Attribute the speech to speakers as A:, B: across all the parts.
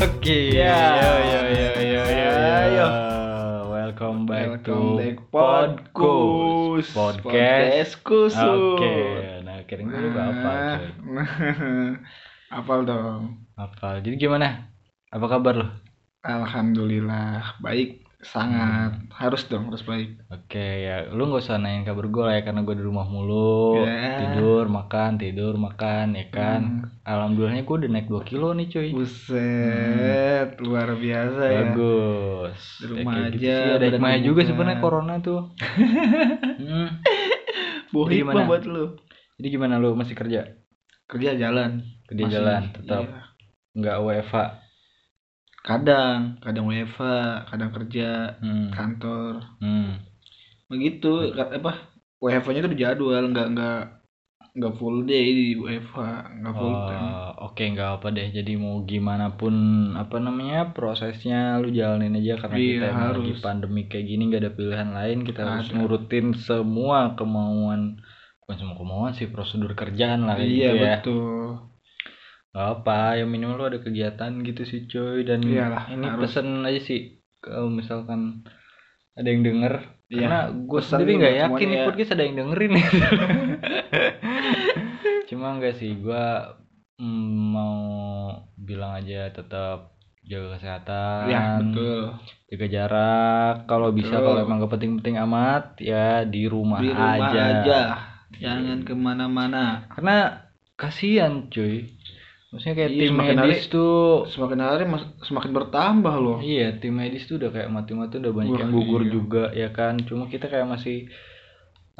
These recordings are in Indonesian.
A: Oke.
B: Ya.
A: Yo yo yo yo yo.
B: Ayo.
A: yo. Welcome back
B: Welcome
A: to
B: back Podkus.
A: Podkus. Podcast.
B: Podcast khusus.
A: Oke. Nah, kirain gue lupa apa.
B: Nah,
A: coy.
B: Apal dong.
A: Apa? Jadi gimana? Apa kabar lo?
B: Alhamdulillah baik sangat
A: Hmm.
B: harus dong harus baik.
A: Oke ya, lu nggak usah nanyain kabar gue lah ya karena gue di rumah mulu,
B: Ya.
A: Oh,
B: Hmm.
A: tidur, makan, tidur, makan, ya kan. Alhamdulillahnya gue udah naik 2 kilo nih cuy.
B: Buset, luar biasa ya.
A: Hmm. Bagus. Ya,
B: Di rumah
A: kayak gitu
B: aja,
A: sih, ada
B: badan
A: hikmahnya juga
B: kebuka.
A: sebenarnya corona tuh. Hmm.
B: Bu
A: Jadi
B: hikmah
A: gimana?
B: buat lu.
A: Jadi gimana lu masih kerja?
B: Kerja jalan.
A: Kerja
B: Masih,
A: jalan tetap
B: iya.
A: nggak WFH.
B: Kadang, kadang WFA, kadang kerja
A: Hmm.
B: kantor.
A: Hmm.
B: begitu ka- apa WFH-nya tuh dijadwal nggak nggak nggak full day di WFH nggak full time
A: Eh, Oke nggak apa deh. Jadi mau gimana pun apa namanya prosesnya lu jalanin aja karena
B: Iya,
A: kita emang lagi
B: harus.
A: pandemi kayak gini nggak ada pilihan lain kita harus
B: Ada.
A: nurutin semua kemauan bukan semua kemauan sih prosedur kerjaan lah kayak
B: iya
A: gitu ya.
B: betul
A: Gak apa, yang minimal lu ada kegiatan gitu sih coy dan
B: Iyalah,
A: ini
B: harus.
A: pesen aja sih kalau misalkan ada yang denger
B: Iya,
A: karena gue
B: pesan
A: sendiri
B: nih
A: nggak
B: buat
A: yakin
B: semuanya
A: nih
B: ya.
A: podcast ada yang dengerin cuma enggak sih gue mau bilang aja tetap jaga kesehatan
B: ya betul
A: jaga jarak kalau bisa
B: Betul.
A: kalau emang gak penting-penting amat ya di rumah,
B: di rumah aja, jangan
A: Jangan
B: kemana-mana
A: karena kasihan cuy maksudnya kayak
B: Iya,
A: tim
B: semakin hari-
A: medis tuh
B: semakin hari mas- semakin bertambah loh
A: Iya, tim medis tuh udah kayak mati-mati udah banyak
B: Wah,
A: yang gugur
B: iya.
A: juga ya kan. Cuma kita kayak masih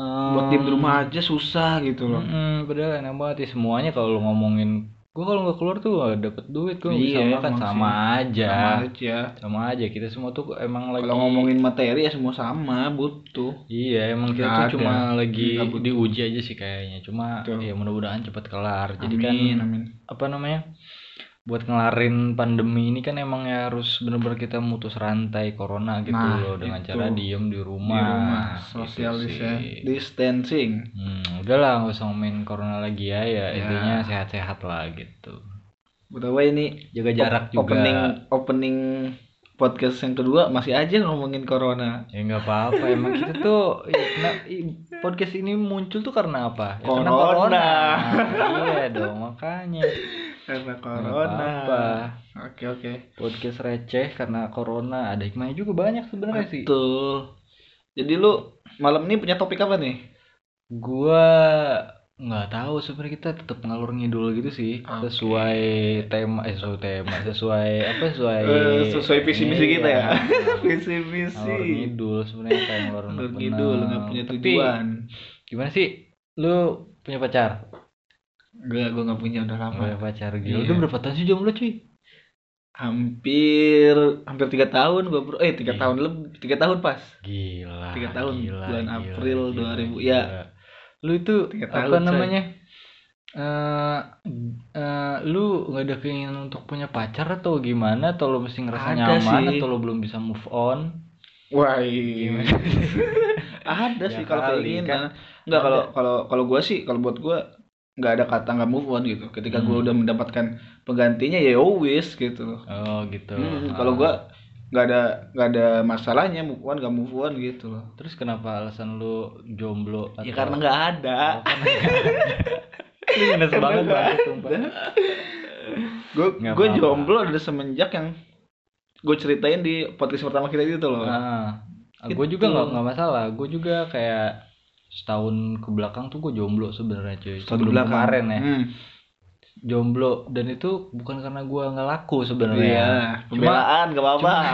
B: buat
A: em,
B: tim di rumah aja susah gitu loh
A: mm-mm, padahal enak banget ya semuanya kalau lu ngomongin gua kalau nggak keluar tuh nggak dapet duit gua nggak bisa
B: Iya,
A: makan
B: emang
A: sama aja.
B: sama aja
A: Sama aja kita semua tuh emang lagi
B: kalau ngomongin materi ya semua sama butuh
A: Iya, emang kita
B: Nggak
A: tuh
B: ada.
A: cuma lagi
B: Nggak butuh.
A: diuji aja sih kayaknya. Cuma
B: Betul.
A: ya mudah-mudahan cepat kelar. Jadi kan
B: amin amin
A: apa namanya buat ngelarin pandemi ini kan emang ya harus bener-bener kita mutus rantai corona gitu
B: Nah,
A: loh dengan
B: itu.
A: cara diem di rumah,
B: di rumah ya.
A: gitu
B: social
A: sih.
B: distancing
A: Hmm, udahlah nggak usah ngomongin corona lagi ya ya,
B: Ya.
A: intinya sehat-sehat lah gitu
B: Betapa ini
A: jaga
B: op-
A: jarak juga
B: Opening opening podcast yang kedua masih aja ngomongin corona.
A: ya nggak apa-apa emang kita tuh ya, kena- i- podcast ini muncul tuh karena apa ya, karena
B: Corona.
A: corona iya dong makanya
B: Karena
A: corona.
B: Oke oke.
A: podcast receh karena corona ada hikmahnya juga banyak sebenarnya sih
B: Betul. Jadi lu malam ini punya topik apa nih?
A: gua nggak tahu sebenarnya kita tetap ngalur ngidul gitu sih
B: Oke.
A: sesuai tema eh sesuai tema sesuai apa sesuai
B: Eh, sesuai visi misi
A: Iya.
B: kita ya.
A: Ngalur
B: visi misi.
A: ngidul sebenarnya kayak ngalur
B: Lu
A: bener.
B: ngidul nggak punya
A: Tapi,
B: tujuan.
A: gimana sih lu punya pacar
B: Enggak, gua nggak punya udah lama.
A: punya pacar gila
B: Iya.
A: udah berapa tahun sih jomblo cuy
B: Hampir hampir tiga tahun gua bro. Eh tiga
A: Iya.
B: tahun lebih tiga tahun pas.
A: gila
B: Tiga tahun,
A: gila,
B: bulan
A: gila,
B: April
A: gila,
B: 2000,
A: gila.
B: ya.
A: lu itu
B: Tiga
A: apa
B: tahun, coy.
A: namanya eh eh, lu nggak ada keinginan untuk punya pacar atau gimana atau lu mesti ngerasa
B: Ada
A: nyaman
B: sih.
A: atau lu belum bisa move on
B: Wah,
A: Gimana?
B: ada
A: iya. Ya
B: sih kalau
A: kali,
B: keinginan
A: kan
B: nggak
A: ada.
B: kalau kalau kalau gue sih kalau buat gue nggak ada kata nggak move on gitu ketika gue
A: Hmm.
B: udah mendapatkan penggantinya ya always gitu
A: oh gitu
B: Hmm,
A: Ah.
B: kalau gue nggak ada nggak ada masalahnya move on nggak move on gitu loh
A: terus kenapa alasan lu jomblo
B: ya
A: atau-
B: karena nggak ada
A: Oh, karena- Lu minus
B: Karena
A: banget
B: nggak
A: banget sumpah
B: gue
A: Nggak
B: gue
A: apa-apa.
B: jomblo dari semenjak yang gue ceritain di podcast pertama kita itu loh
A: Nah, gue juga
B: Gitu.
A: nggak nggak masalah. Gue juga kayak setahun ke belakang tuh gue jomblo sebenarnya cuy.
B: Setahun
A: Sebelum
B: belakang.
A: kemarin ya.
B: Hmm,
A: Jomblo dan itu bukan karena gue nggak laku
B: iya
A: sebenarnya. Cuma,
B: pembelaan nggak apa-apa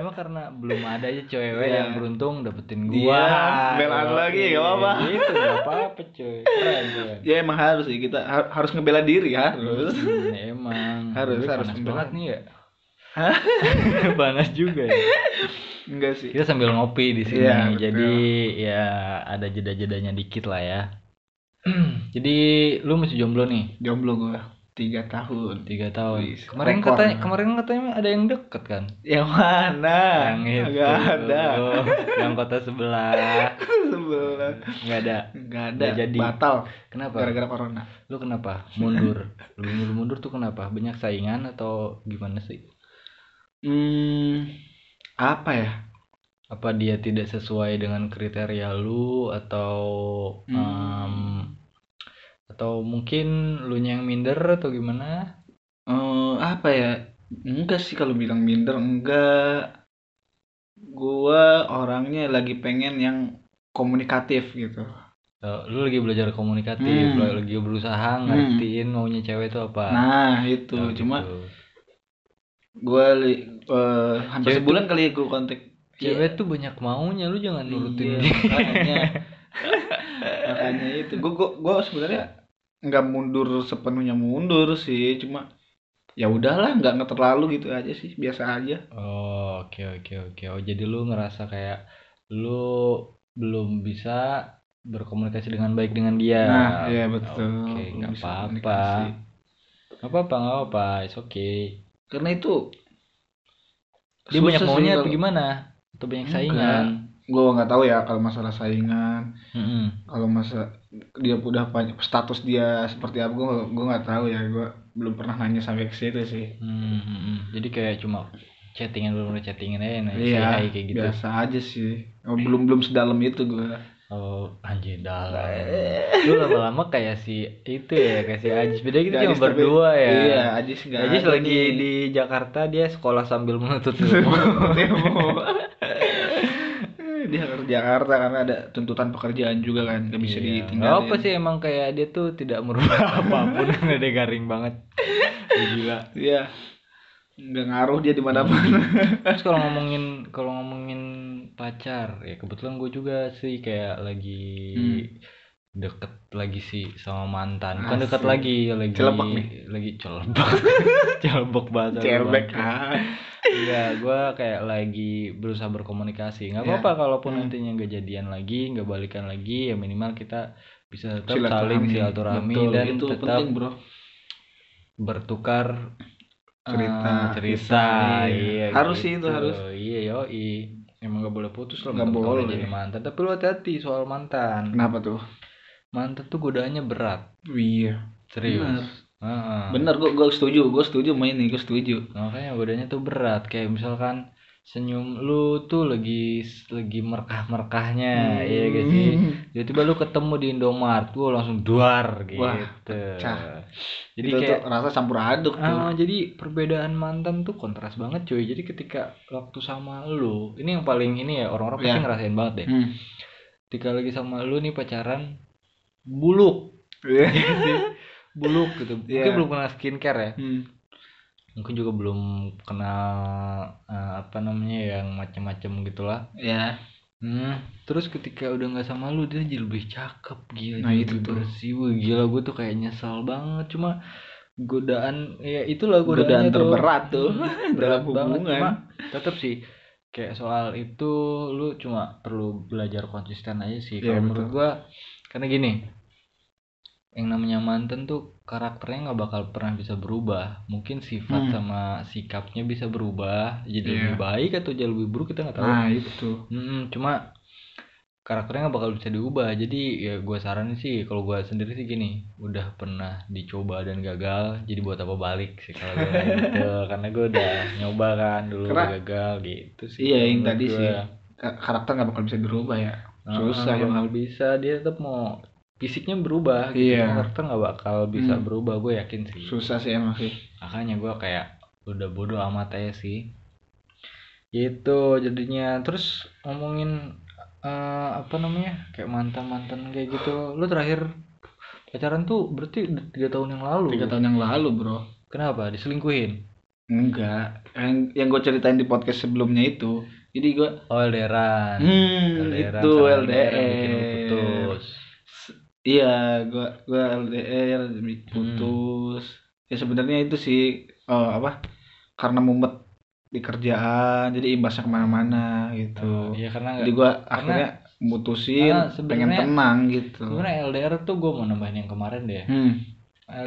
A: cuma karena belum ada aja cewek
B: Iya.
A: yang beruntung dapetin gue.
B: Iya, pembelaan lagi, nggak apa-apa.
A: Itu nggak apa-apa cuy. Keren keren.
B: ya emang harus sih kita har- harus ngebela diri harus
A: Hmm, emang.
B: Harus,
A: Tapi
B: harus
A: panas
B: pembelaan.
A: banget nih ya.
B: Hah?
A: panas juga ya.
B: enggak sih
A: Kita sambil ngopi di sini.
B: Iya, betul.
A: jadi ya ada jeda-jedanya dikit lah ya. jadi lu masih jomblo nih.
B: jomblo gue tiga tahun
A: tiga tahun
B: Wih,
A: kemarin
B: rekor.
A: katanya kemarin katanya ada yang deket kan
B: yang mana
A: yang itu
B: Nah, nggak ada
A: yang kota sebelah
B: sebelah
A: nggak ada
B: nggak ada
A: Nggak jadi.
B: batal
A: kenapa
B: gara-gara corona
A: lu kenapa mundur lu mundur mundur tuh kenapa banyak saingan atau gimana sih
B: hmm apa ya
A: apa dia tidak sesuai dengan kriteria lu atau
B: Hmm.
A: em, atau mungkin lu yang minder atau gimana
B: Eh, apa ya enggak sih kalau bilang minder enggak gua orangnya lagi pengen yang komunikatif gitu
A: Eh, lu lagi belajar komunikatif
B: Hmm.
A: lu lagi berusaha ngertiin maunya cewek itu apa
B: nah itu
A: Nah,
B: cuma
A: gitu.
B: gua li- eh, hampir
A: Cewek
B: sebulan kali ya Iya. gua kontak
A: cewek tuh banyak maunya lu jangan
B: nurutin
A: nurutin dia
B: makanya makanya itu gua gua, gua sebenarnya Ya. nggak mundur sepenuhnya mundur sih cuma ya udahlah nggak nggak terlalu gitu aja sih biasa aja
A: Oh, oke oke oke. Oh, jadi lu ngerasa kayak lu belum bisa berkomunikasi dengan baik dengan dia.
B: Nah, iya, betul.
A: Oke,
B: Belum
A: nggak
B: bisa
A: apa-apa.
B: komunikasi.
A: Nggak apa-apa, nggak apa-apa. It's okay.
B: karena itu
A: Dia banyak
B: susah sih
A: maunya apa
B: kalau-
A: gimana? Atau banyak
B: Enggak.
A: saingan?
B: gua nggak tahu ya kalau masalah saingan
A: Mm-mm.
B: kalau masa dia udah banyak status dia seperti apa gue gue nggak tahu ya gue belum pernah nanya sampai ke situ sih
A: Hmm, hmm, hmm. Jadi kayak cuma chattingan belum chattingan aja nah, say hi kayak gitu.
B: Iya, biasa aja sih Oh, belum belum sedalam itu gue
A: Oh, anjir dalam. Lu lama-lama kayak si itu ya, kayak si Ajis. Beda gitu cuma berdua ya.
B: iya Ajis nggak
A: Ajis
B: ada
A: lagi
B: nih.
A: di Jakarta dia sekolah sambil menuntut ilmu.
B: Demo. dia harus ke Jakarta karena ada tuntutan pekerjaan juga kan nggak bisa
A: Iya.
B: ditinggalin
A: Nggak apa sih emang kayak dia tuh tidak merubah apapun ada garing banget. Ih, Gila.
B: iya nggak ngaruh dia di
A: Iya,
B: mana mana
A: Terus kalau ngomongin kalau ngomongin pacar ya kebetulan gue juga sih kayak lagi
B: Hmm.
A: deket lagi sih sama mantan. Bukan deket
B: Asik.
A: lagi, lagi
B: Celebek nih.
A: lagi celebek. celebek banget.
B: cewek kan
A: Iya, gue kayak lagi berusaha berkomunikasi. Nggak
B: Iya.
A: apa-apa kalaupun
B: Hmm.
A: nantinya nggak jadian lagi, nggak balikan lagi, ya minimal kita bisa tetap
B: Silaturahmi.
A: saling silaturahmi
B: Betul,
A: dan
B: itu
A: tetap
B: penting bro
A: bertukar eh,
B: Ah, Cerita,
A: cerita.
B: kisah, iya.
A: Iya,
B: Harus sih itu, harus.
A: Iya, yoi. Emang nggak boleh putus lah,
B: Nggak
A: mentang-mentang udah
B: boleh. Nah.
A: jadi mantan. Tapi lu hati-hati soal mantan.
B: kenapa tuh
A: Mantan tuh godaannya berat,
B: iya
A: serius.
B: Benar.
A: Heeh.
B: Bener, gue gue setuju, gue setuju main nih, gue setuju.
A: makanya godanya tuh berat kayak misalkan senyum lu tuh lagi lagi merkah-merkahnya
B: Hmm.
A: iya gak sih tiba-tiba lu ketemu di Indomart gua langsung duar gitu
B: Wah, pecah.
A: jadi
B: Itu
A: kayak
B: tuh rasa campur aduk tuh.
A: ah, jadi perbedaan mantan tuh kontras banget cuy jadi ketika waktu sama lu ini yang paling ini ya orang-orang pasti
B: Iya.
A: ngerasain banget deh
B: Hmm.
A: ketika lagi sama lu nih pacaran buluk
B: Iya.
A: buluk gitu mungkin
B: Iya.
A: belum kenal skincare ya
B: Hmm.
A: mungkin juga belum kenal eh, apa namanya yang macam-macam gitulah
B: Ya.
A: hmm. terus ketika udah nggak sama lu dia jadi lebih cakep gila
B: Nah,
A: jadi
B: itu
A: lebih
B: tuh.
A: bersih Wih, gila gue tuh kayak nyesel banget cuma godaan ya itulah
B: Godaan
A: godaannya
B: terberat tuh
A: Hmm,
B: dalam
A: berat banget.
B: hubungan.
A: Cuma tetap sih kayak soal itu lu cuma perlu belajar konsisten aja sih
B: Iya,
A: kalau
B: betul.
A: menurut gua karena gini yang namanya mantan tuh karakternya nggak bakal pernah bisa berubah mungkin sifat
B: Hmm.
A: sama sikapnya bisa berubah jadi
B: Iya.
A: lebih baik atau jadi lebih buruk kita nggak tahu
B: Nah itu.
A: Mm, cuma karakternya nggak bakal bisa diubah jadi ya gue saranin sih kalau gue sendiri sih gini udah pernah dicoba dan gagal jadi buat apa balik sih kalau gue gitu karena gue udah nyoba kan dulu
B: Karena-
A: gagal gitu sih
B: Iya, yang
A: menurut
B: tadi
A: gua.
B: sih. Ka- Karakter nggak bakal bisa dirubah ya.
A: Nah,
B: Susah
A: nggak
B: ya.
A: bakal bisa dia tetap mau fisiknya berubah gitu.
B: Iya.
A: karakter nggak bakal bisa
B: Hmm.
A: berubah gue yakin sih
B: Susah sih emang sih.
A: makanya gue kayak udah bodo amat aja sih gitu jadinya terus ngomongin eh, apa namanya kayak mantan mantan kayak gitu lu terakhir pacaran tuh berarti udah tiga tahun yang lalu
B: Tiga tahun yang lalu bro.
A: kenapa diselingkuhin
B: Enggak. Yang yang gue ceritain di podcast sebelumnya itu. Jadi gue.
A: oh LDRan
B: Hmm.
A: LDRan
B: Itu
A: sama bikin lu
B: LDR.
A: putus
B: Iya, gua gua LDR demi putus. Ya sebenarnya itu sih eh, apa? Karena mumet di kerjaan, jadi imbasnya kemana-mana
A: tuh
B: gitu.
A: ya karena
B: Jadi
A: nggak
B: gua
A: karena-
B: akhirnya mutusin,
A: karena
B: pengen
A: sebenarnya-
B: tenang gitu.
A: sebenarnya LDR tuh gue mau nambahin yang kemarin deh
B: Hmm.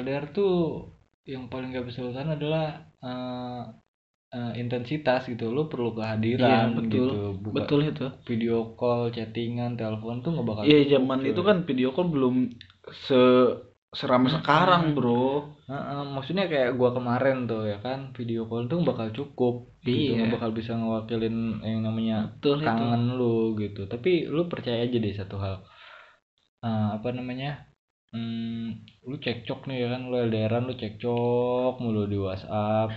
A: LDR tuh yang paling gak bisa lu tahan adalah eh, eh, intensitas gitu lu perlu kehadiran
B: Iya, betul.
A: gitu Buka
B: betul itu
A: video call chattingan telepon tuh nggak bakal
B: iya zaman
A: betul.
B: itu kan video call belum se seramai sekarang bro
A: Heeh, maksudnya kayak gua kemarin tuh ya kan video call tuh bakal cukup gitu
B: Iya.
A: nggak bakal bisa ngewakilin yang namanya
B: betul itu
A: kangen lu gitu tapi lu percaya aja deh satu hal Eh, apa namanya Hmm, lu cekcok nih ya kan lu LDRan lu cekcok mulu di WhatsApp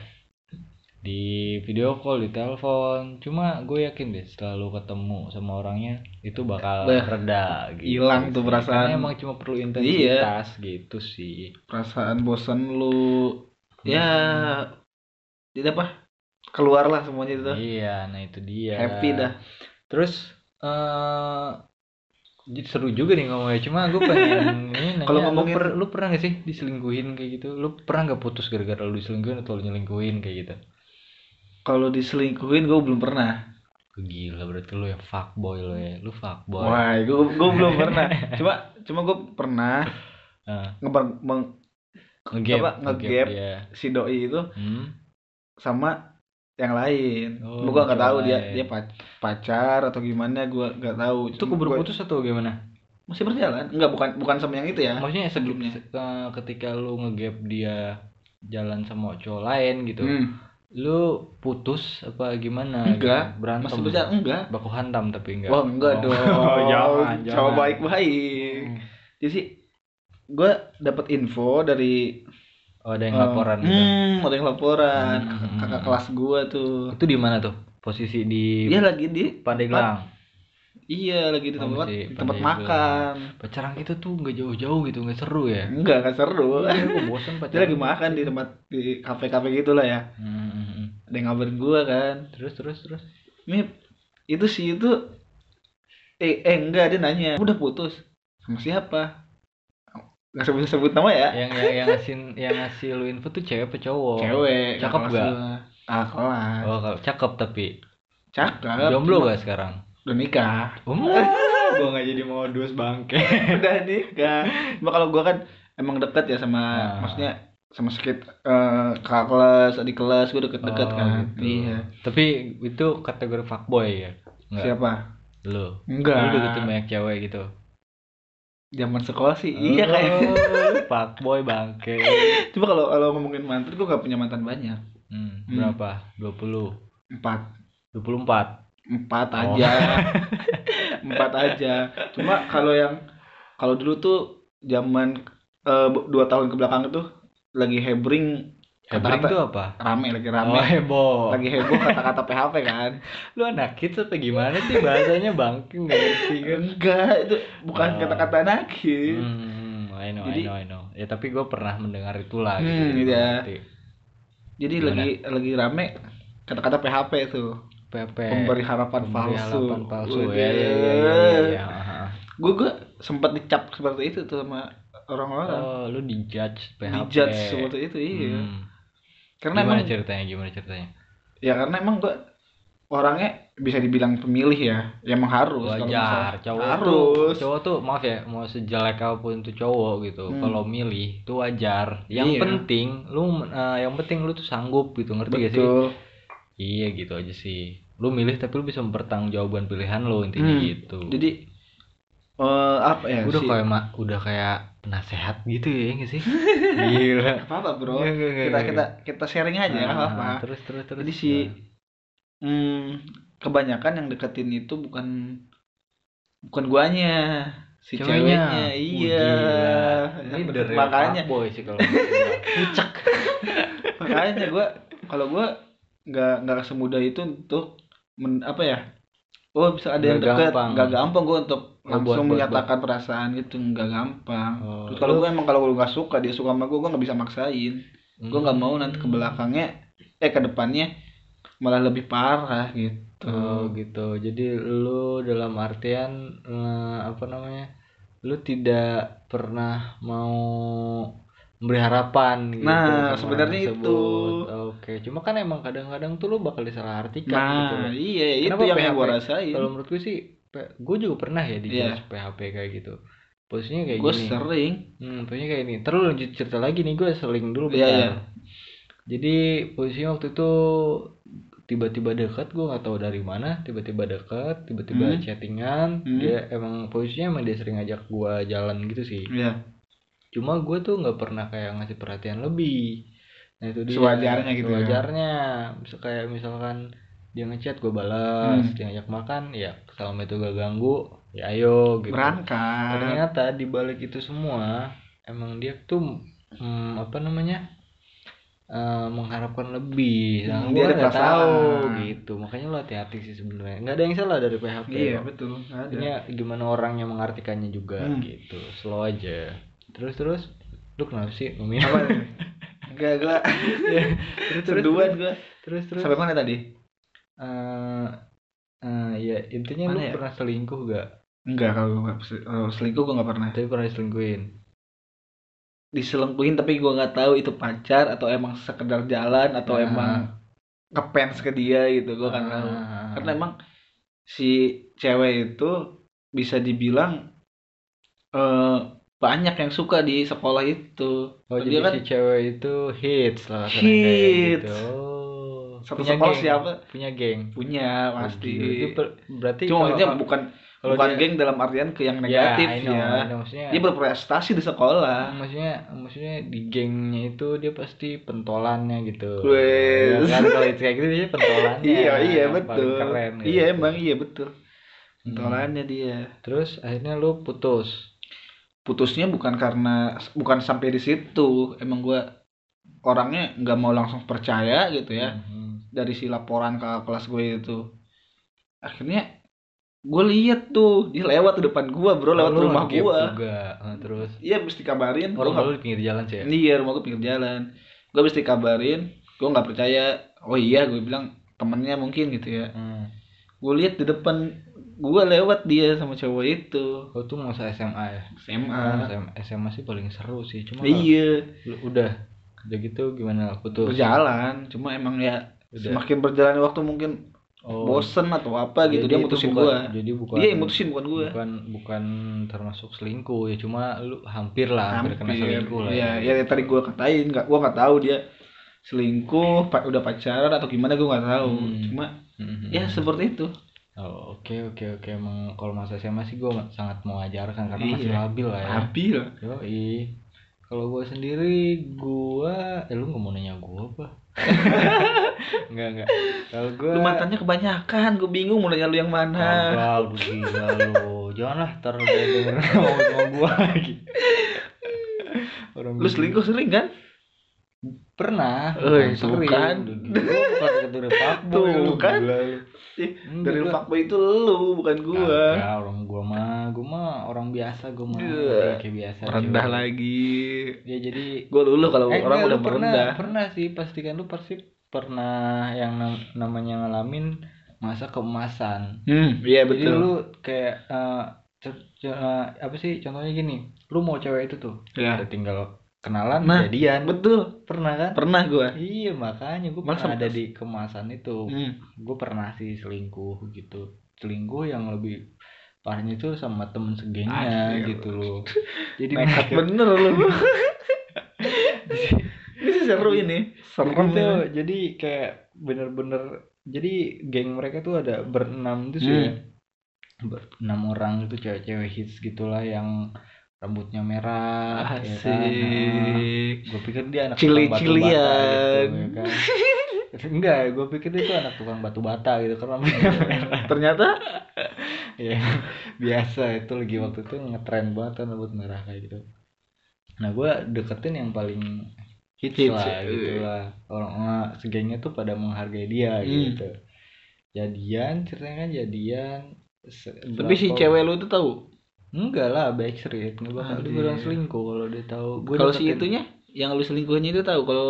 A: di video call di telepon cuma gue yakin deh selalu ketemu sama orangnya itu bakal
B: Bah,
A: reda gitu
B: hilang tuh
A: sih.
B: perasaan. Iya.
A: Karena emang cuma perlu intensitas gitu sih
B: perasaan bosan lu ya tidak apa keluarlah semuanya itu
A: iya nah itu dia
B: happy dah
A: terus eh jadi seru juga nih ngomongnya cuma gue pengen ini nanya,
B: Kalau
A: lu
B: ngomongin-
A: per- lu, pernah gak sih diselingkuhin kayak gitu lu pernah gak putus gara-gara lu diselingkuhin atau lu nyelingkuhin kayak gitu
B: kalau diselingkuhin gue belum pernah
A: gila berarti lu ya fuckboy lo ya lu fuckboy
B: wah gue gue belum pernah cuma cuma gue pernah
A: Heeh.
B: ngeber- meng-
A: ngegap
B: Apa? Ah. Ngegap. iya.
A: ya
B: si doi itu
A: hmm? sama
B: yang lain
A: Oh,
B: Gua gue nggak
A: yang
B: tahu dia
A: lain.
B: dia pac- pacar atau gimana gue nggak tahu
A: itu
B: Cuma
A: keburu
B: gua-
A: putus atau gimana
B: masih berjalan nggak bukan bukan sama yang itu ya
A: maksudnya sebelumnya
B: sebelumnya.
A: eh, ketika lu ngegap dia jalan sama cowok lain gitu
B: Hmm,
A: lu putus apa gimana
B: Enggak.
A: gitu? berantem
B: masih berjalan enggak
A: baku hantam tapi enggak
B: Wah enggak
A: Oh. Hmm.
B: dong.
A: jangan
B: Coba
A: jangan
B: baik-baik. Jadi sih gue dapat info dari
A: Oh, ada yang
B: eh,
A: laporan gitu.
B: Hmm, ada yang laporan
A: Hmm, hmm,
B: Kak-
A: Iya.
B: kakak
A: hmm.
B: kelas gue tuh.
A: Itu di mana tuh? Posisi di
B: Dia lagi di
A: Pandeglang.
B: iya lagi di
A: Oh, masih
B: tempat
A: Iya.
B: di tempat
A: pandai
B: makan.
A: Pacaran kita tuh nggak jauh-jauh gitu, nggak seru ya.
B: Enggak enggak seru.
A: Iya, gua bosen
B: Dia
A: pacaran.
B: lagi makan di tempat di kafe-kafe gitulah ya.
A: Hmm, hmm, hmm.
B: Ada yang ngabarin gue kan.
A: Terus terus terus.
B: Mip, itu sih itu eh, eh enggak dia nanya udah putus sama siapa nggak sebut sebut nama ya
A: Yang yang yang ngasih yang ngasih lu info tuh cewek apa cowok?
B: cewek
A: Oh, Cakep
B: kelas
A: nggak?
B: dua. ah kelas
A: Oh, kalau cakep tapi
B: cakep
A: jomblo
B: Cuma
A: gak sekarang?
B: udah nikah
A: Um, gua nggak jadi modus bangke.
B: udah nikah cuma kalau gua kan emang deket ya sama
A: Ah.
B: maksudnya sama sekit eh kakak kelas adik kelas gua deket-deket
A: Oh,
B: kan
A: gitu.
B: iya
A: Tapi itu kategori fuckboy ya? Nggak.
B: siapa
A: Lu.
B: enggak
A: Lu deketin banyak cewek gitu.
B: zaman sekolah sih iya kayak
A: Oh. fuckboy bangke.
B: cuma kalau kalau ngomongin mantan gua gak punya mantan banyak
A: Hmm,
B: Hmm.
A: berapa? 20.
B: empat
A: 24.
B: empat
A: Oh.
B: aja empat aja cuma kalau yang kalau dulu tuh zaman eh, bu- dua tahun kebelakang itu lagi hebring
A: Hebring
B: Kata-kata-
A: itu apa?
B: rame lagi
A: Oh,
B: rame
A: heboh.
B: lagi heboh kata-kata PHP kan
A: Lu anak kids apa gimana sih bahasanya bang? Nggak ngerti kan?
B: enggak itu bukan
A: Oh.
B: kata-kata nakis
A: Hmm, I know, I
B: Jadi-
A: know, I know. Ya tapi gue pernah mendengar itulah gitu.
B: Hmm,
A: jadi gua
B: iya.
A: ngerti.
B: jadi
A: Gimana?
B: lagi lagi rame kata-kata PHP tuh
A: PP.
B: pemberi harapan
A: Eh, pemberi
B: palsu
A: harapan palsu.
B: Waduh.
A: Ya, ya, ya, ya, ya, ya. Aha.
B: gue gue sempat dicap seperti itu tuh sama orang-orang
A: Oh, lu dijudge PHP.
B: dijudge seperti itu iya
A: Hmm.
B: karena
A: gimana
B: emang
A: ceritanya? Gimana ceritanya?
B: ya karena emang gue orangnya bisa dibilang pemilih ya ya emang harus
A: wajar
B: kalau misalnya-
A: cowok tuh
B: harus
A: cowok tuh maaf ya mau sejelek apapun tuh cowok gitu
B: Hmm.
A: kalau milih tuh wajar yang
B: Iya.
A: penting lu eh, yang penting lu tuh sanggup gitu ngerti gak sih
B: betul
A: iya gitu aja sih lu milih tapi lu bisa mempertanggungjawabkan pilihan lu intinya
B: Hmm.
A: gitu
B: jadi eh apa ya
A: udah
B: sih?
A: kayak ma- udah kayak penasehat gitu ya nggak sih gila Iya,
B: Nggak apa-apa Iya, bro
A: Nggak, nggak, nggak,
B: kita
A: nggak.
B: kita kita sharing aja nggak
A: Ah,
B: apa-apa
A: terus terus terus
B: iya.
A: Nah,
B: jadi si hmm, kebanyakan yang deketin itu bukan bukan guanya si ceweknya,
A: ceweknya
B: iya Ya,
A: ini dari
B: makanya
A: boy sih kalau
B: pucak makanya gue kalau gue nggak nggak semudah itu untuk men, apa ya oh bisa ada yang
A: Nggak
B: dekat
A: gampang.
B: nggak gampang gue untuk
A: Oh,
B: langsung
A: buat- buat-
B: menyatakan perasaan itu nggak gampang
A: Oh,
B: Terus kalau
A: lu-
B: gue emang kalau gue nggak suka dia suka sama gue gue nggak bisa maksain gue
A: Hmm.
B: nggak mau nanti ke belakangnya eh ke depannya malah lebih parah gitu
A: Oh gitu. Jadi lu dalam artian eh, apa namanya? Lu tidak pernah mau memberi harapan gitu.
B: Nah,
A: sama orang
B: sebenarnya itu.
A: tersebut. Oke, cuma kan emang kadang-kadang tuh lu bakal disalahartikan gitu.
B: nah
A: loh.
B: iya itu
A: Kenapa
B: yang gue
A: PHP?
B: rasain
A: Kalau menurut gue sih gue juga pernah ya di
B: Iya.
A: PHP kayak gitu. posisinya kayak
B: gue
A: gini
B: sering
A: hmm, posisinya kayak ini terus lanjut cerita lagi nih gue seling dulu
B: Iya,
A: bentar.
B: iya.
A: jadi posisinya waktu itu tiba-tiba dekat gue nggak tahu dari mana tiba-tiba dekat tiba-tiba
B: Hmm.
A: chattingan
B: Hmm.
A: dia emang posisinya emang dia sering ngajak gue jalan gitu sih
B: ya
A: cuma gue tuh nggak pernah kayak ngasih perhatian lebih nah itu dia
B: Sewajarnya gitu ya.
A: sewajarnya Misal- kayak misalkan dia ngechat gue balas
B: Hmm.
A: dia ngajak makan ya selama itu gak ganggu ya ayo gitu
B: berangkat
A: ternyata di balik itu semua emang dia tuh mm, apa namanya eh, mengharapkan lebih nah,
B: Hmm, dia
A: dia
B: ada
A: nggak tahu
B: perasaan.
A: gitu makanya lo hati-hati sih sebenarnya nggak ada yang salah dari PHP
B: iya
A: kok.
B: betul ada
A: Artinya gimana orangnya mengartikannya juga
B: Hmm.
A: gitu. Slow aja. Terus terus lu kenapa sih Umi?
B: apa ini? enggak gua
A: terus terus
B: seduan gua
A: terus terus.
B: sampai mana tadi
A: Eh, eh, ya intinya lu
B: Mana ya?
A: pernah selingkuh gak?
B: enggak kalau gua nggak- kalau selingkuh gua nggak pernah
A: Tapi pernah diselingkuhin.
B: diselengkuhin tapi gua nggak tahu itu pacar atau emang sekedar jalan atau
A: Ah.
B: emang ngefans ke dia gitu gua nggak tahu
A: Ah.
B: karena emang si cewek itu bisa dibilang eh, banyak yang suka di sekolah itu
A: oh, jadi
B: dia kan-
A: si cewek itu hits lah kasarnya
B: Hits.
A: Kayak gitu. Oh,
B: Satu sekolah siapa?
A: Punya geng.
B: punya pasti
A: Gila, Itu per- berarti
B: cuma maksudnya
A: kalau-
B: bukan
A: kalau
B: bukan
A: dia-
B: geng dalam artian ke yang
A: Ya,
B: negatif
A: I
B: ya,
A: know, I know. Maksudnya
B: dia berprestasi di sekolah
A: maksudnya maksudnya di gengnya itu dia pasti pentolannya gitu
B: Wes.
A: ya kan kalau itu kayak gitu dia pentolannya kan,
B: iya iya
A: yang paling
B: betul
A: keren gitu.
B: iya emang iya betul
A: Hmm.
B: pentolannya dia
A: terus akhirnya lu putus
B: putusnya bukan karena bukan sampai di situ emang gua orangnya nggak mau langsung percaya gitu ya
A: Mhm.
B: dari si laporan ke kelas gue itu akhirnya gue lihat tuh dia lewat di depan gue bro lewat
A: Lu
B: rumah
A: ngegap
B: gue
A: juga Nah, terus
B: iya mesti kabarin
A: orang
B: gua
A: lu di pinggir jalan sih ya?
B: nggak- iya rumah gue pinggir jalan gue mesti kabarin gue nggak percaya oh iya gue bilang temennya mungkin gitu ya
A: Hmm.
B: gue lihat di depan gue lewat dia sama cowok itu
A: Oh tuh masa SMA ya?
B: SMA
A: SMA, SMA sih paling seru sih, cuma
B: Ah. iya
A: lu- udah udah gitu gimana putus?
B: berjalan cuma emang ya
A: Udah.
B: semakin berjalan waktu mungkin
A: Oh.
B: bosen atau apa gitu
A: Jadi
B: dia
A: itu
B: mutusin
A: bukan-
B: gue
A: Jadi bukan
B: dia yang mutusin bukan gue
A: bukan bukan termasuk selingkuh ya cuma lu hampir lah hampir, kena selingkuh lah
B: ya, ya, tadi gue katain nggak gue nggak tahu dia selingkuh pa- udah pacaran atau gimana gue nggak tahu
A: Hmm.
B: cuma
A: Mhm.
B: ya seperti itu
A: Oh, oke oke oke emang kalau masa SMA sih gue sangat mengajarkan karena
B: Iya.
A: masih labil lah ya
B: labil
A: Yoi. kalau gue sendiri gue eh lu nggak mau nanya gue apa nggak nggak kalau gue
B: lu mantannya kebanyakan gue bingung mau nanya lu yang mana
A: Gagal lu gila lu. Janganlah ntar dia denger ngomong sama gua lagi. Orang
B: lu selingkuh sering kan
A: Pernah, bukan
B: Eh,
A: sering.
B: bukan.
A: Gua bukan keturunan fuckboy
B: Tuh,
A: lu,
B: kan?
A: gila lu.
B: Ih,
A: Hmm,
B: dari
A: gila.
B: fuckboy itu lu bukan gue
A: Kagak, orang gua mah, gua mah orang biasa gua mah.
B: Iya.
A: Kayak biasa.
B: rendah
A: cuy.
B: lagi
A: Ya jadi
B: gue lulu kalau
A: Eh,
B: orang
A: enggak,
B: udah
A: lu pernah,
B: merendah
A: pernah sih pastikan lu pasti pernah yang nam- namanya ngalamin masa keemasan.
B: hmm iya
A: Jadi
B: betul
A: lu kayak eh, ce- ce- eh, apa sih contohnya gini, lu mau cewek itu tuh,
B: ya
A: udah tinggal kenalan,
B: Nah.
A: jadian,
B: betul
A: pernah kan?
B: pernah Hmm. gue
A: Iya makanya gue
B: Malah
A: pernah
B: sem-
A: ada di kemasan
B: Oh.
A: itu, gue pernah sih selingkuh gitu, selingkuh yang lebih parahnya itu sama temen segengnya
B: Anjir.
A: gitu loh. Jadi
B: nekat bener lu ini seru ini
A: gitu,
B: serem ini.
A: jadi kayak bener-bener jadi geng mereka tuh ada berenam itu sih
B: Hmm.
A: ya. berenam orang itu cewek-cewek hits gitulah yang rambutnya merah ya kan.
B: Asik.
A: gue pikir dia anak
B: Cili-
A: tukang batu bata
B: cilian.
A: gitu ya kan enggak gue pikir dia itu anak tukang batu bata gitu karena
B: Iya,
A: rambutnya
B: kan?
A: merah
B: Ternyata
A: ya biasa itu lagi waktu itu ngetren banget kan rambut merah kayak gitu nah gue deketin yang paling hits,
B: Hits,
A: lah
B: eh.
A: gitu lah orang-orang segengnya tuh pada menghargai dia
B: Hmm.
A: gitu jadian ceritanya kan jadian se-
B: tapi si
A: berapa-
B: cewek lu itu tahu.
A: enggak lah backstreet nggak bakal
B: Anjir.
A: dibilang selingkuh kalau dia tahu Gua
B: Kalau si
A: deketin-
B: itunya yang lu selingkuhnya itu tahu kalau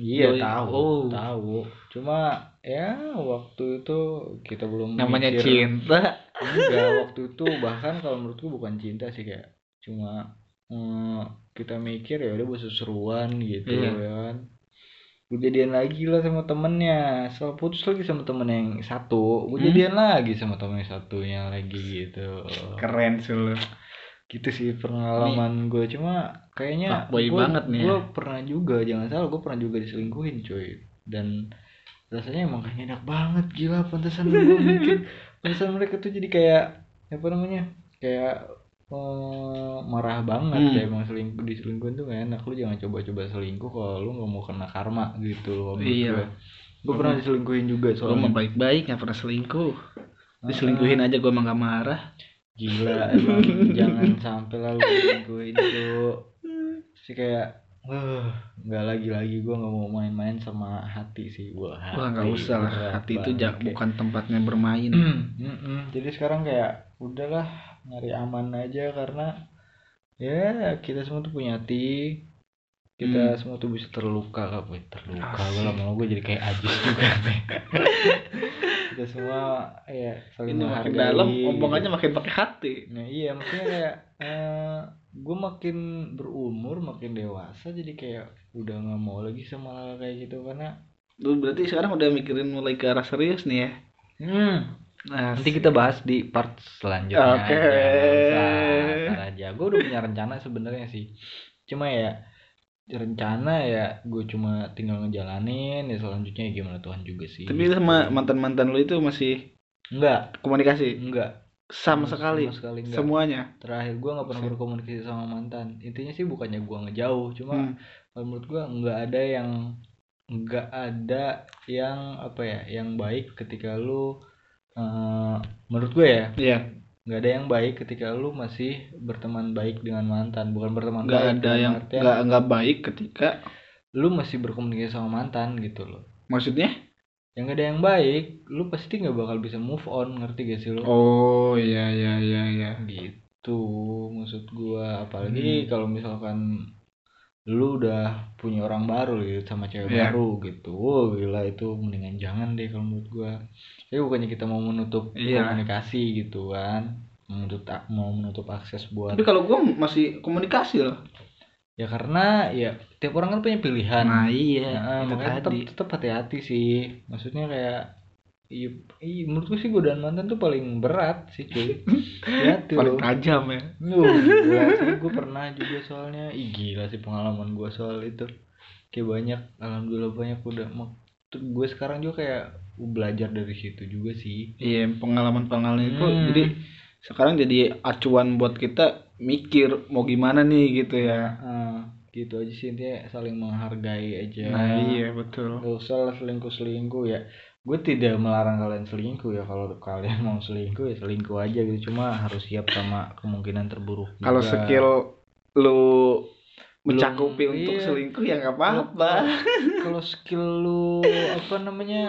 A: iya
B: doi-
A: tahu
B: oh.
A: tahu cuma ya waktu itu kita belum
B: namanya
A: mikir-
B: cinta
A: enggak waktu itu bahkan kalau menurutku bukan cinta sih kayak cuma eh, kita mikir ya udah buat seruan gitu
B: Iya.
A: ya kan gue jadian lagi lah sama temennya setelah putus lagi sama temen yang satu gue
B: Hmm?
A: jadian lagi sama temen yang satunya lagi gitu
B: keren sih lu.
A: gitu sih pengalaman gue cuma kayaknya
C: Fuckboy
A: gua-
C: banget nih ya.
A: gua pernah juga jangan salah gue pernah juga diselingkuhin cuy dan rasanya emang kayaknya enak banget gila pantesan gua mikir pantesan mereka tuh jadi kayak apa namanya kayak eh, marah banget
B: Hmm.
A: ya emang selingkuh diselingkuhin tuh gak enak lu jangan coba-coba selingkuh kalau lu nggak mau kena karma gitu loh
B: Iya.
A: gue pernah diselingkuhin juga
B: Gue mah
A: soalnya
B: baik-baik nggak pernah selingkuh. Diselingkuhin aja gue mah nggak marah.
A: gila emang jangan sampai lah lu gitu, selingkuhin itu sih kayak "Wah, nggak lagi lagi gue nggak mau main-main sama hati sih gua hati,
B: Wah nggak usah lah.
A: berat
B: Hati itu ja-
A: banget deh.
B: bukan tempatnya bermain.
A: Mm-mm. jadi sekarang kayak udahlah nyari aman aja karena ya kita semua tuh punya hati kita semua tuh bisa terluka kak Boy. terluka gue
B: Hmm. Asik.
A: lama gue jadi kayak ajis juga Boy. kita semua ya saling
B: Ini makin
A: menghargai
B: dalam, omongannya makin pakai hati.
A: Nah, iya maksudnya kayak gue makin berumur makin dewasa jadi kayak udah nggak mau lagi sama hal kayak gitu karena
B: Lu berarti sekarang udah mikirin mulai ke arah serius nih ya. Nah,
A: nanti kita bahas di part selanjutnya aja,
B: Oke.
A: nggak usah, ntar aja gue udah punya rencana sebenarnya sih cuma ya rencana ya gue cuma tinggal ngejalanin ya selanjutnya ya gimana Tuhan juga sih Gitu.
B: tapi sama mantan-mantan lu itu masih
A: enggak
B: komunikasi
A: enggak
B: sama sekali
A: sama sekali enggak.
B: semuanya.
A: terakhir gue nggak pernah berkomunikasi sama mantan intinya sih bukannya gue ngejauh cuma
B: Hmm.
A: kalau menurut gua nggak ada yang nggak ada yang apa ya yang baik ketika lu eh, menurut gue ya
B: Iya,
A: nggak ada yang baik ketika lu masih berteman baik dengan mantan bukan berteman
B: nggak
A: baik
B: ada
A: dalam
B: yang
A: artian
B: nggak nggak baik ketika
A: lu masih berkomunikasi sama mantan gitu loh
B: maksudnya.
A: yang nggak ada yang baik lu pasti nggak bakal bisa move on ngerti gak sih lu
B: Oh iya iya iya iya.
A: gitu maksud gua
B: Hmm.
A: apalagi kalau misalkan lu udah punya orang baru gitu sama cewek
B: Iya.
A: baru gitu Wah, gila itu mendingan jangan deh kalau menurut gua tapi bukannya kita mau menutup
B: Iya.
A: komunikasi gitu kan menutup mau menutup akses buat
B: Tapi kalau gua masih komunikasi loh.
A: ya karena ya tiap orang kan punya pilihan Nah,
B: Nah iya, itu
A: makanya tetap
B: tadi.
A: tetap hati-hati sih maksudnya kayak iya, iya, menurut gue sih godaan mantan tuh paling berat sih cuy hati
B: Paling
A: lo
B: tajam ya.
A: gue pernah juga soalnya Ih, gila sih pengalaman gue soal itu kayak banyak alhamdulillah banyak udah gue sekarang juga kayak belajar dari situ juga sih
B: Iya, pengalaman-pengalaman itu
A: Hmm.
B: jadi sekarang jadi acuan buat kita mikir mau gimana nih gitu ya.
A: Eh, gitu aja sih intinya saling menghargai aja
B: Nah, iya betul.
A: Gak usah lah selingkuh-selingkuh ya Gue tidak melarang kalian selingkuh ya Kalau kalian mau selingkuh ya selingkuh aja gitu Cuma harus siap sama kemungkinan terburuk juga.
B: Kalau skill lu mencakupi
A: Iya. Belum,
B: untuk
A: iya.
B: selingkuh ya nggak apa-apa.
A: Kalau skill lu apa namanya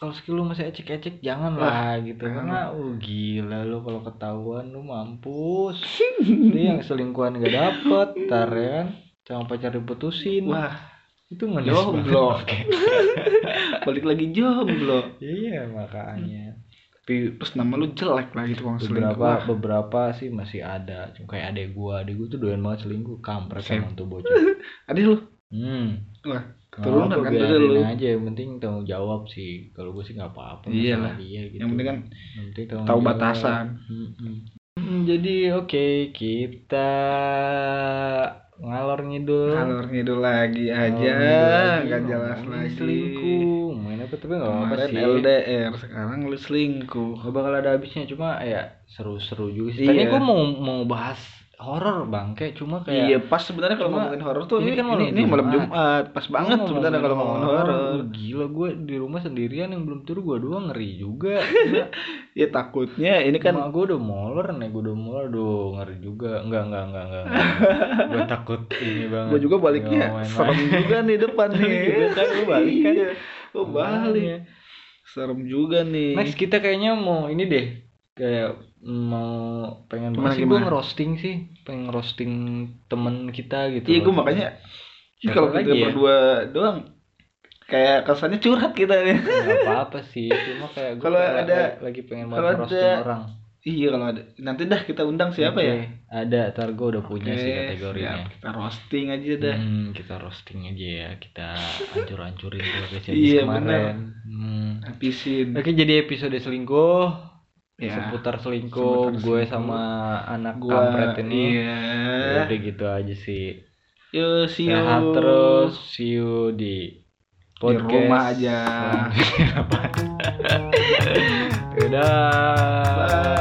A: kalau skill lu masih ecek-ecek jangan lah gitu karena oh gila lu kalau ketahuan lu mampus lu yang selingkuhan gak dapet tar ya kan sama pacar diputusin
B: Wah,
A: itu ngenes banget.
B: jomblo. Balik lagi jomblo.
A: iya makanya
B: Tapi terus nama lu jelek lagi tukang Hmm. selingkuh.
A: beberapa
B: Wah,
A: beberapa sih masih ada Cuma kayak adek gua adek gua tuh doyan banget selingkuh kampret
B: Same.
A: emang tuh bocah
B: Ada lu.
A: hmm
B: Wah,
A: Nggak
B: turunan
A: apa-apa,
B: kan
A: biarin
B: dari lu.
A: aja yang penting tanggung jawab sih kalau gua sih nggak apa-apa masalah
B: Iyalah.
A: dia gitu
B: Yang penting kan
A: Yang penting tanggung
B: tahu
A: jawab.
B: batasan.
A: Mm-mm. Mm, jadi oke kita ngalor ngidul
B: Ngalor ngidul lagi
A: Ngalor
B: aja,
A: ngidul lagi,
B: nggak jelas
A: ngomongin
B: lagi.
A: iya, selingkuh Oh, main apa tapi nggak apa-apa
B: Kemarin
A: sih
B: LDR, sekarang lu selingkuh.
A: Gak bakal ada habisnya cuma ya seru-seru juga sih.
B: Iya.
A: Tadi gue mau mau bahas horor bangke cuma kayak
B: Iya pas sebenarnya kalau
A: Cuma,
B: ngomongin horor tuh
A: ini
B: ini
A: kan
B: ini,
A: malam
B: ini malam
A: Jumat.
B: Jumat pas banget
A: Gua
B: sebenarnya kalau ngomongin horor.
A: Wah, Gila gue di rumah sendirian yang belum tidur gue doang ngeri juga.
B: Ya takutnya ini
A: kan
B: kan
A: gue udah molor nih gue udah molor aduh ngeri juga. Enggak enggak enggak enggak. gue takut ini banget.
B: gua juga baliknya
A: Nggak mau main-main.
B: serem juga nih depan nih.
A: juga ya kan, lu balik kan.
B: Iya, gua balik. Serem juga nih.
A: Next kita kayaknya mau ini deh kayak mau pengen
B: Gimana,
A: banget sih gue
B: gimana?
A: ngerosting sih pengen ngerosting temen kita gitu
B: Iya
A: loh.
B: gua makanya ih,
A: Siapa
B: kalau kita
A: lagi ya?
B: berdua doang kayak kesannya curhat kita nih.
A: Gak apa-apa sih, cuma kayak gue
B: Kalau ada-
A: lagi pengen
B: kalau
A: banget roasting
B: ada-
A: orang.
B: iya kalau ada nanti dah kita undang siapa ya?
A: Oke, Ada, ntar gue udah punya sih
B: Oke,
A: kategorinya.
B: siap. Kita roasting aja dah.
A: Hmm, kita roasting aja ya, kita hancur-hancurin tuh episode
B: Iya,
A: kemarin. Hmm.
B: Habisin.
A: Oke, jadi episode selingkuh.
B: Ya.
A: seputar selingkuh
B: Seputar
A: gue
B: selingkuh.
A: sama anak
B: Gua-
A: kampret ini
B: Iya.
A: Ya udah gitu aja sih
B: Yo, see you.
A: sehat terus see you Iya. di podcast
B: Di rumah aja.
A: Apaan? dadah
B: Bye.